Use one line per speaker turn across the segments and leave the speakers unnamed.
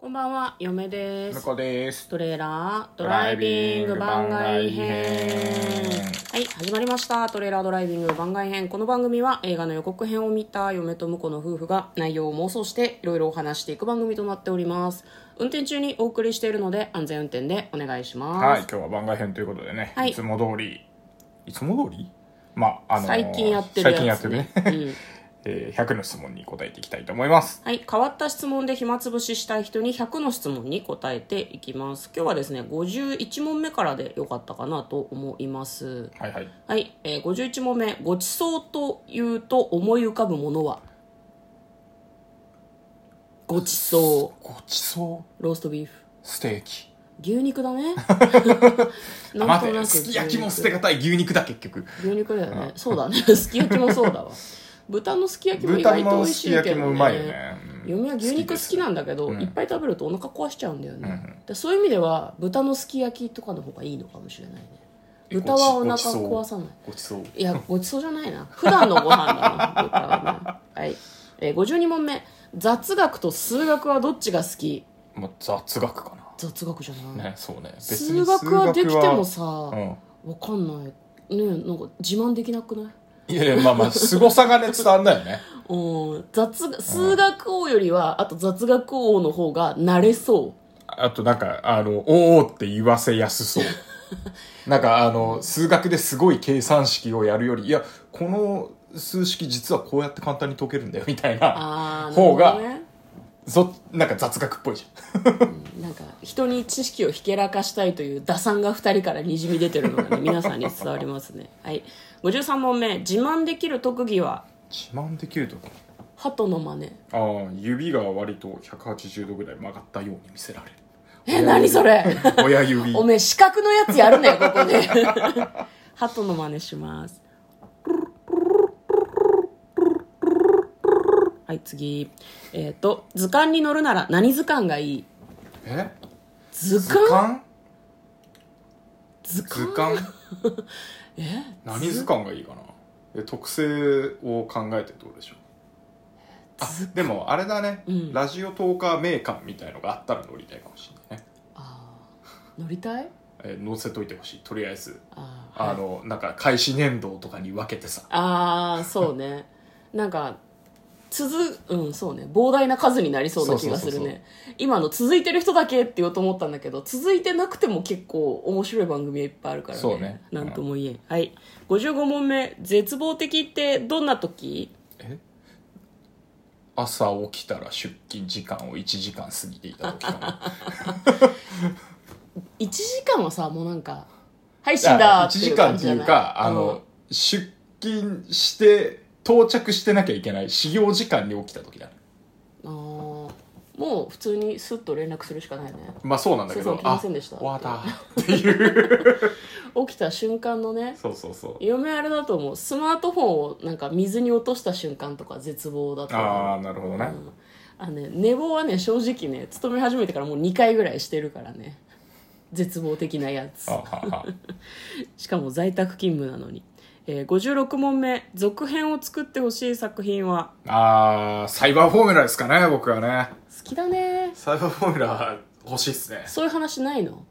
こんばんは、嫁です。
こです。
トレーラードライビング番外編。はい、始まりました。トレーラードライビング番外編。この番組は映画の予告編を見た嫁と婿の夫婦が内容を妄想していろいろお話していく番組となっております。運転中にお送りしているので安全運転でお願いします。
はい、今日は番外編ということでね、
はい
い、つも通り、いつも通りまあ、あのー
最近やってるやつ、ね。
最近やってる
う
ね。
ん
えー100の質問に答えていきたいと思います。
はい、変わった質問で暇つぶししたい人に100の質問に答えていきます今日はですね51問目からでよかったかなと思います
はいはい。
はい、えー、51問目ごちそうというと思い浮かぶものはごちそ
ごちそう
ローストビーフ
う、ステーキ。
牛肉だ ね
あ
なん
待
と
っ
なく
て、すき焼きも捨
牛
てがたい牛肉だ、結局。
肉牛肉だよねそうだね すき焼きもそうだわ豚のすき焼きも意
豚
外と美
の
味
す
し
き
い
焼
け
き
ど
もうまいよね。うん
嫁は牛肉好きなんだけど、
好きです
いっぱい食べるとお腹壊しちゃうんだよね、
うん
でそういう意味では豚のすき焼きとかの方がいいのかもしれないね
え
豚はお
ご
腹
ちそう
壊さない
ごちそう。
いやごちそうじゃないな普段のご飯だな豚はねはい、えー、52問目雑学と数学はどっちが好き
まあ、雑学か
雑学じゃ
な。
ない、
ね、そうね。別
数
に
学はできても
数
さ、
学
わ
は
かんないねえなんか自慢できなくない
うん。いやいや、まあまあ、 凄さがね、伝わんないよね。
うん雑学数学王よりはあと雑学王の方が慣れそう
あとなんか、あの、おーって言わせや すそう。なんかあの、数学ですごい計算式をやるより、いや、この数式実はこうやって簡単に解けるんだよ、みたいな。
あー
方が
なるほどね
そ、なんか雑学っぽいじ
なんか人に知識をひけらかしたいという打算が2人からにじみ出てるのが、ね、皆さんに伝わりますね、はい、53問目自慢できる特技は
ゃん。自慢できると
鳩の真似
ああ、指が割と180度ぐらい曲がったように見せられる。
え何それ
親指。
おめえ四角のやつやるね ここで鳩の真似しますはい次えっ、と図鑑に乗るなら何図鑑がいい
え
図
図
鑑
鑑
図
図
鑑
鑑
え
何図鑑がいいかなえ特性を考えてどうでしょうあでもあれだね、
うん
ラジオトーカー名鑑みたいのがあったら乗りたいかもしれないね、
あー乗りたい
えー載せといてほしいとりあえず
あーはい
あのなんか開始年度とかに分けてさ
ああそうねなんか続うんそうね膨大な数になりそうな気がするね
そうそうそう
今の続いてる人だけって言おうと思ったんだけど続いてなくても結構面白い番組はいっぱいあるからね
そうね
なんとも言えん、はい55問目絶望的ってどんな時
え朝起きたら出勤時間を1時間過ぎていた時 かな
1時間はさもうなんかはい死んだ
1
ってい
時
う感
間
じ
って
じゃ
い
な
う
い
かあ
うん
の、出勤して到着してなきゃいけない始業時間に起きた時だね
あーもう普通にスッと連絡するしかないね
まあそうなんだけ
そ
ど
うそう来ませんでした
あ終わった っていう
起きた瞬間のね
そうそうそう
嫁あれだと思うスマートフォンをなんか水に落とした瞬間とか絶望だと思う
ああなるほどね、
うんあのね寝坊はね正直ね勤め始めてからもう2回ぐらいしてるからね絶望的なやつ
あああ
しかも在宅勤務なのに、えー56問目続編を作ってほしい作品は
ああーサイバーフォーミュラですかね僕はね
好きだね
サイバーフォーミュラ欲しいっすね
そういう話ないの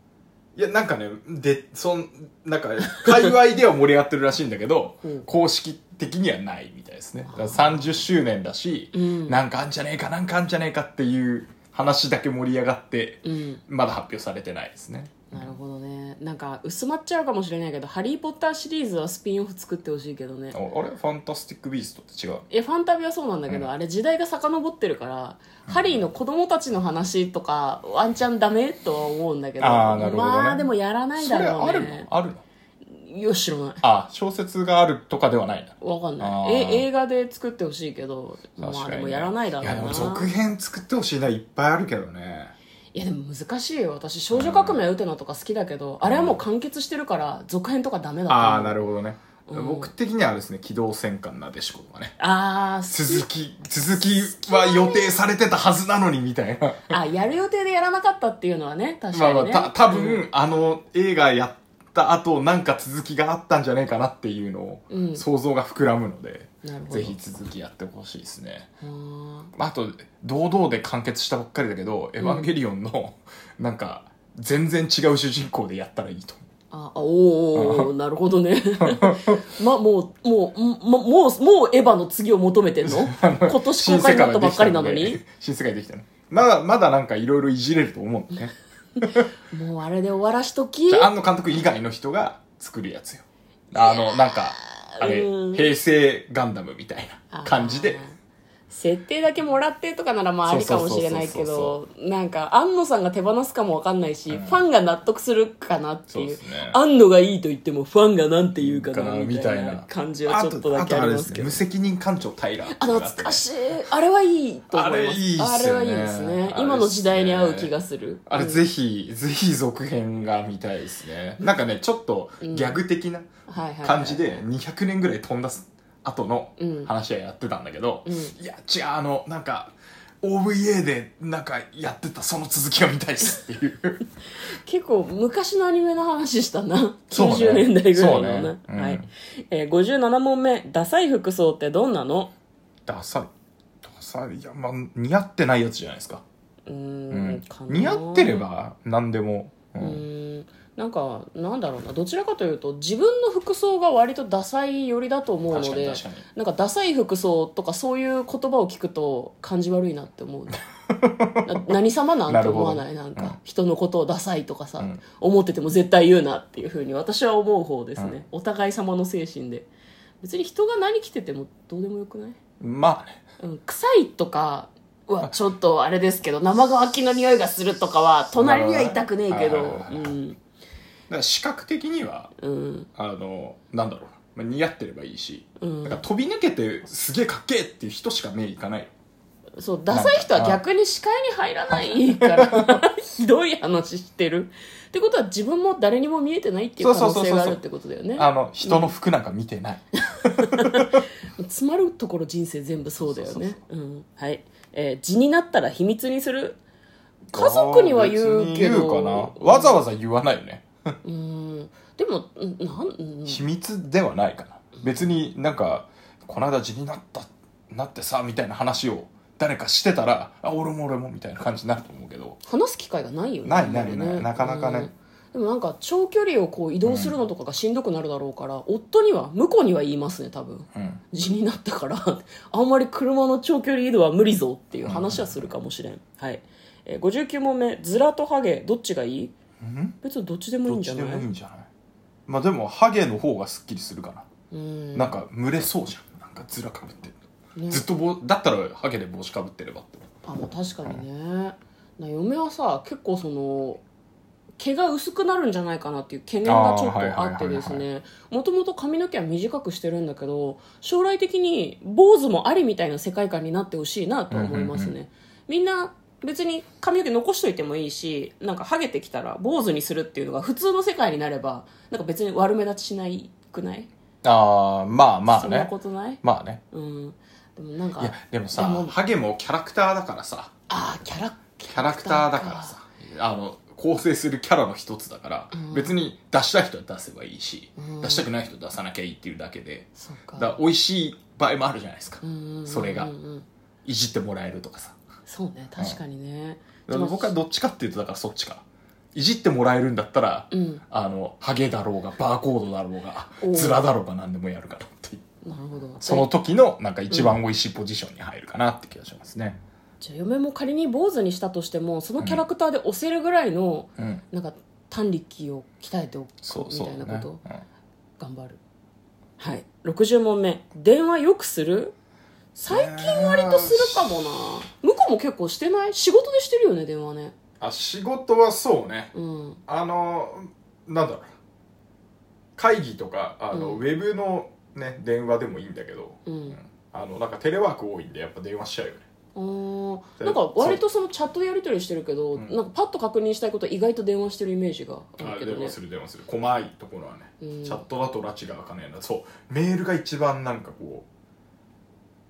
いやなんかねでそんなんか界隈では盛り上がってるらしいんだけど、
うん
公式的にはないみたいですねだから30周年だし、
うん
なんかあんじゃねえかなんかあんじゃねえかっていう話だけ盛り上がって、
うん
まだ発表されてないですね
なるほどねなんか薄まっちゃうかもしれないけど「ハリー・ポッター」シリーズはスピンオフ作ってほしいけどね
ああれファンタスティック・ビーストって違う
いやファンタビはそうなんだけど、
うん
あれ時代が遡ってるから、ハリーの子供たちの話とかワンチャンダメとは思うんだけど
あーなるほどね
まあでもやらないだろう
それある
ね
のあるの
いや知らない
あ小説があるとかではないな
わかん
あ
な
ー
いえ映画で作ってほしいけどまあでもやらないだろう
いやで
な
も続編作ってほしいないっぱいあるけどね
いやでも難しいよ私「少女革命ウテナ」とか好きだけど、あれはもう完結してるから続編とかダメだと思う
ああなるほどね、
うん
僕的にはですね「機動戦艦なでしこ」とかね
あー
続き続きは予定されてたはずなのにみたいな
あやる予定でやらなかったっていうのはね確
ま
か
あま
に
あ
ね、
た多分、
うん
あの映画やった後なんか続きがあったんじゃないかなっていうのを
うん
想像が膨らむので、
なるほど
ぜひ続きやってほしいですね
あ
あと堂々で完結したばっかりだけど「エヴァンゲリオンの」 なんか全然違う主人公でやったらいいと
ー
思う
ああおーおーなるほど ねまあもうもうんまもうもうエヴァの次を求めてん の今年公開になったばっかりなの に
新世界できたのまだまだなんかいろいろいじれると思うのね
もうあれで終わらしとき
じゃあ庵野監督以外の人が作るやつよあのなんかあれ
うん
平成ガンダムみたいな感じで
あー設定だけもらってとかならまあありかもしれないけど
そ
なんか安野さんが手放すかもわかんないし、
うん
ファンが納得するかなっていう
そうですね
安野がいいと言ってもファンがなんて言うかなみ
み
た
た
い
い
な
な
感じはちょっとだけありますけど
あとあれでね無責任艦長タイラー
あの懐かしいあれはいいと思います
あれいいっすよね
あれはいいです
あれっ
ね
すね
今の時代に合う気がする
あれ
うん
ぜひ、ぜひ続編が見たいですねなんかねちょっとギャグ的な
はいはいはい
感じで200年ぐらい飛んだ後の
うん
話はやってたんだけど、
うん
いや違うあのなんか OVA でなんかやってたその続きが見たいっすっていう
結構昔のアニメの話したな。
そうね
90年代ぐらいのね。
そうね
はい
うん。
えー、57問目、ダサい服装ってどんなの
ダサいダサいいやまあ似合ってないやつじゃないですか,、
うー
うん
ん、かな
似合ってれ。ば何でも、う
うんーん。なんか、なんだろうな。どちらかというと、自分の服装が割とダサい寄りだと思うの
確かに
で、
確かに
なんかダサい服装とかそういう言葉を聞くと感じ悪いなって思う。 な何様なん
な
て
るほ
思
ど
わないなんか、
うん
人のことをダサいとかさ、
うん
思ってても絶対言うなっていうふうに私は思う方ですね、お互い様の精神で別に人が何着ててもどうでもよくない、
まあね
うん、臭いとかはちょっとあれですけど生乾きの匂いがするとかは隣には痛くねえけ
なる
ど
ほ
う
ど
ん
だから視覚的には
うん
あのなんだろうなまあ似合ってればいいし、
うん
なんか飛び抜けてすげえかっけえっていう人しか目いかない
そうダサい人は逆に視界に入らないから ひどい話してるってことは自分も誰にも見えてないっていう可能
そうそう
性
そうそう
が
そ
あ
う
るってことだよね
あの人の服なんか見てない、
詰まるところ人生全部そうだよねうんはい、えー、地になったら秘密にする家族には言うけ
別に言
ど
うかなわざわざ言わないよね、
うんでもうんなんうん
秘密ではないかな別になんかこの間地になったなってさみたいな話を誰かしてたらあ俺も俺もみたいな感じになると思うけど
話す機会がないよね
ないない
あんまり
ないなかなかね
うんでもなんか長距離をこう移動するのとかがしんどくなるだろうから、夫には向こうには言いますね多分
うん
地になったから あんまり車の長距離移動は無理ぞっていう話はするかもしれん、はい、えー、59問目ズラとハゲどっちがいい
ん
別にどっちでもいい
ど
ん
っ
じゃ
ち
な
で
い
もいいんじゃないまあでもハゲの方がすっきりするかな、
うん
なんか群れそうじゃんなんかずらかぶってる、
ね
ずっとぼだったらハゲで帽子かぶってればって
あまあ確かにね、な嫁はさ結構その毛が薄くなるんじゃないかなっていう懸念がちょっ
あーはい
と
はいはい
あ
はい
ってですねもともと髪の毛は短くしてるんだけど将来的に坊主もありみたいな世界観になってほしいなとは思いますね、
うんうん
みんな別に髪の毛残しといてもいいしなんかハゲてきたら坊主にするっていうのが普通の世界になればなんか別に悪目立ちしないくない、
ああまあまあ
そんな
ね
ことない
まあね
うんでもなん
いや
か
でも
でも
さハゲもキャラクターだからさ
ああキャラ
キャラクターだからさあの構成するキャラの一つだから、
うん
別に出したい人は出せばいいし、
うん
出したくない人は出さなきゃいいっていうだけで
そう
だ
か
から美味しい場合もあるじゃないですか、
うんうんうんうん
それがいじってもらえるとかさ
そうね確かにね、
だから僕はどっちかっていうとだからそっちかいじってもらえるんだったら、
うん
あのハゲだろうがバーコードだろうが
おう
ズラだろうが何でもやるかなっていう
なるほど
その時のなんか一番美味しいポジションに入るかなって気がしますね、
じゃあ嫁も仮に坊主にしたとしてもそのキャラクターで押せるぐらいの、
うん、
なんか胆力を鍛えておく
そう
み
そう
た
だ
い
ね、
なこと、
うん
頑張るはい60問目電話よくする最近割とするかもな向こうも結構してない仕事でしてるよね電話ね
あ仕事はそうね
うん
あのなんだろう会議とかあの、
うん
ウェブのね電話でもいいんだけど、
う
うんんあのなんかテレワーク多いんでやっぱ電話しちゃうよね
あーなんか割とそのチャットでやり取りしてるけど、
ん
なんかパッと確認したいこと意外と電話してるイメージがあ
あ
るけど
電
ね
話する電話する細いところはね、
うん
チャットだと拉致が開かないなそうメールが一番なんかこう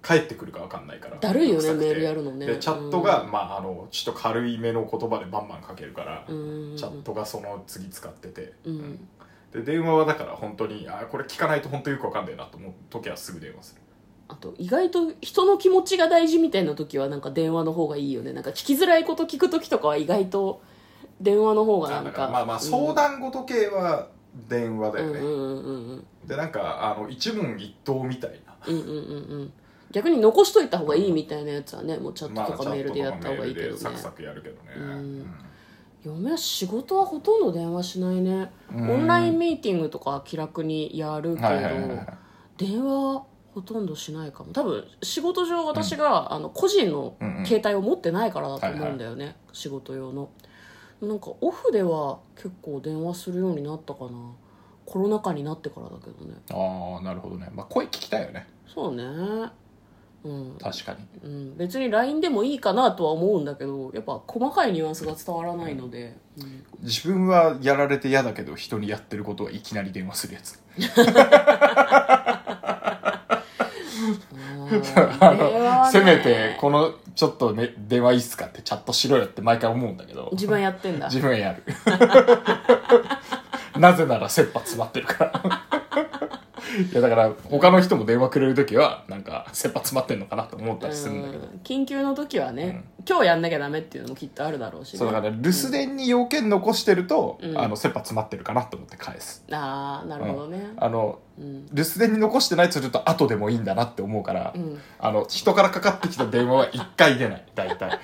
返ってくるか分かんないから
だるいよね
めんどくさくて
メールやるのね
でチャットが、まあ、あのちょっと軽い目の言葉でバンバン書けるから、
うん
チャットがその次使ってて、
うん
で電話はだから本当にあこれ聞かないと本当よく分かんないなと思う時はすぐ電話する
あと意外と人の気持ちが大事みたいな時はなんか電話の方がいいよねなんか聞きづらいこと聞く時とかは意外と電話の方が
な
なんん
だ
か
かまあまあ相談事系は電話だよね、
うんうんうんうん
でなんかあの一問一答みたいな
うんうんうんうん逆に残しといた方がいいみたいなやつはねもうチャットとかメールでやった方がいいけど
まあ
ね
チャットとかメールでサクサクやるけどね、
うん嫁は仕事はほとんど電話しないねオ
うん
ンラインミーティングとかは気楽にやるけど
はいはいはいはい
電話はほとんどしないかも多分仕事上私が、あの個人の
うんうん
携帯を持ってないからだと思うんだよね、仕事用のなんかオフでは結構電話するようになったかなコロナ禍になってからだけどね
ああなるほどね、まあ、声聞きたいよね
そうねうん
確かに
うん、別に LINE でもいいかなとは思うんだけどやっぱ細かいニュアンスが伝わらないので、 うん
自分はやられて嫌だけど人にやってることはいきなり電話するやつ
あー電話はね
せめてこのちょっと、ね、電話いいっすかってチャットしろよって毎回思うんだけど
自分やってんだ
自分やる なぜなら切羽詰まってるから いやだから他の人も電話くれる時はなんか切羽詰まってんのかなと思ったりするんだけど
うん緊急の時はね、今日やんなきゃダメっていうのもきっとあるだろうしね、
そうだから留守電に要件残してると、
うん
あの切羽詰まってるかなと思って返す、
ああなるほどね、
あの
うん
留守電に残してないとすると後でもいいんだなって思うから、
うん
あの人からかかってきた電話は一回出ない大体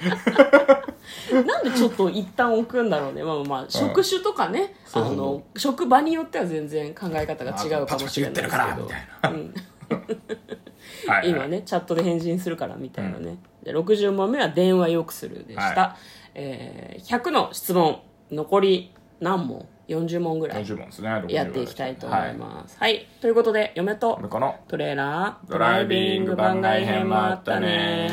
なんでちょっと一旦置くんだろうねまあまあ職種とかね、
そう
あ
そう
の職場によっては全然考え方が違うかもしれないですけ
まあパチパチ言ってるから
ど
みたい、
うん
はいはい
今ねチャットで返信するからみたいなね、で60問目は「電話よくする」でした、
は
えー100の質問残り何問40問ぐらい
40問ですね60
やっていきたいと思いますはい、ということで嫁と
はい、これかな
トレーラード
ドライビング番外編もあったね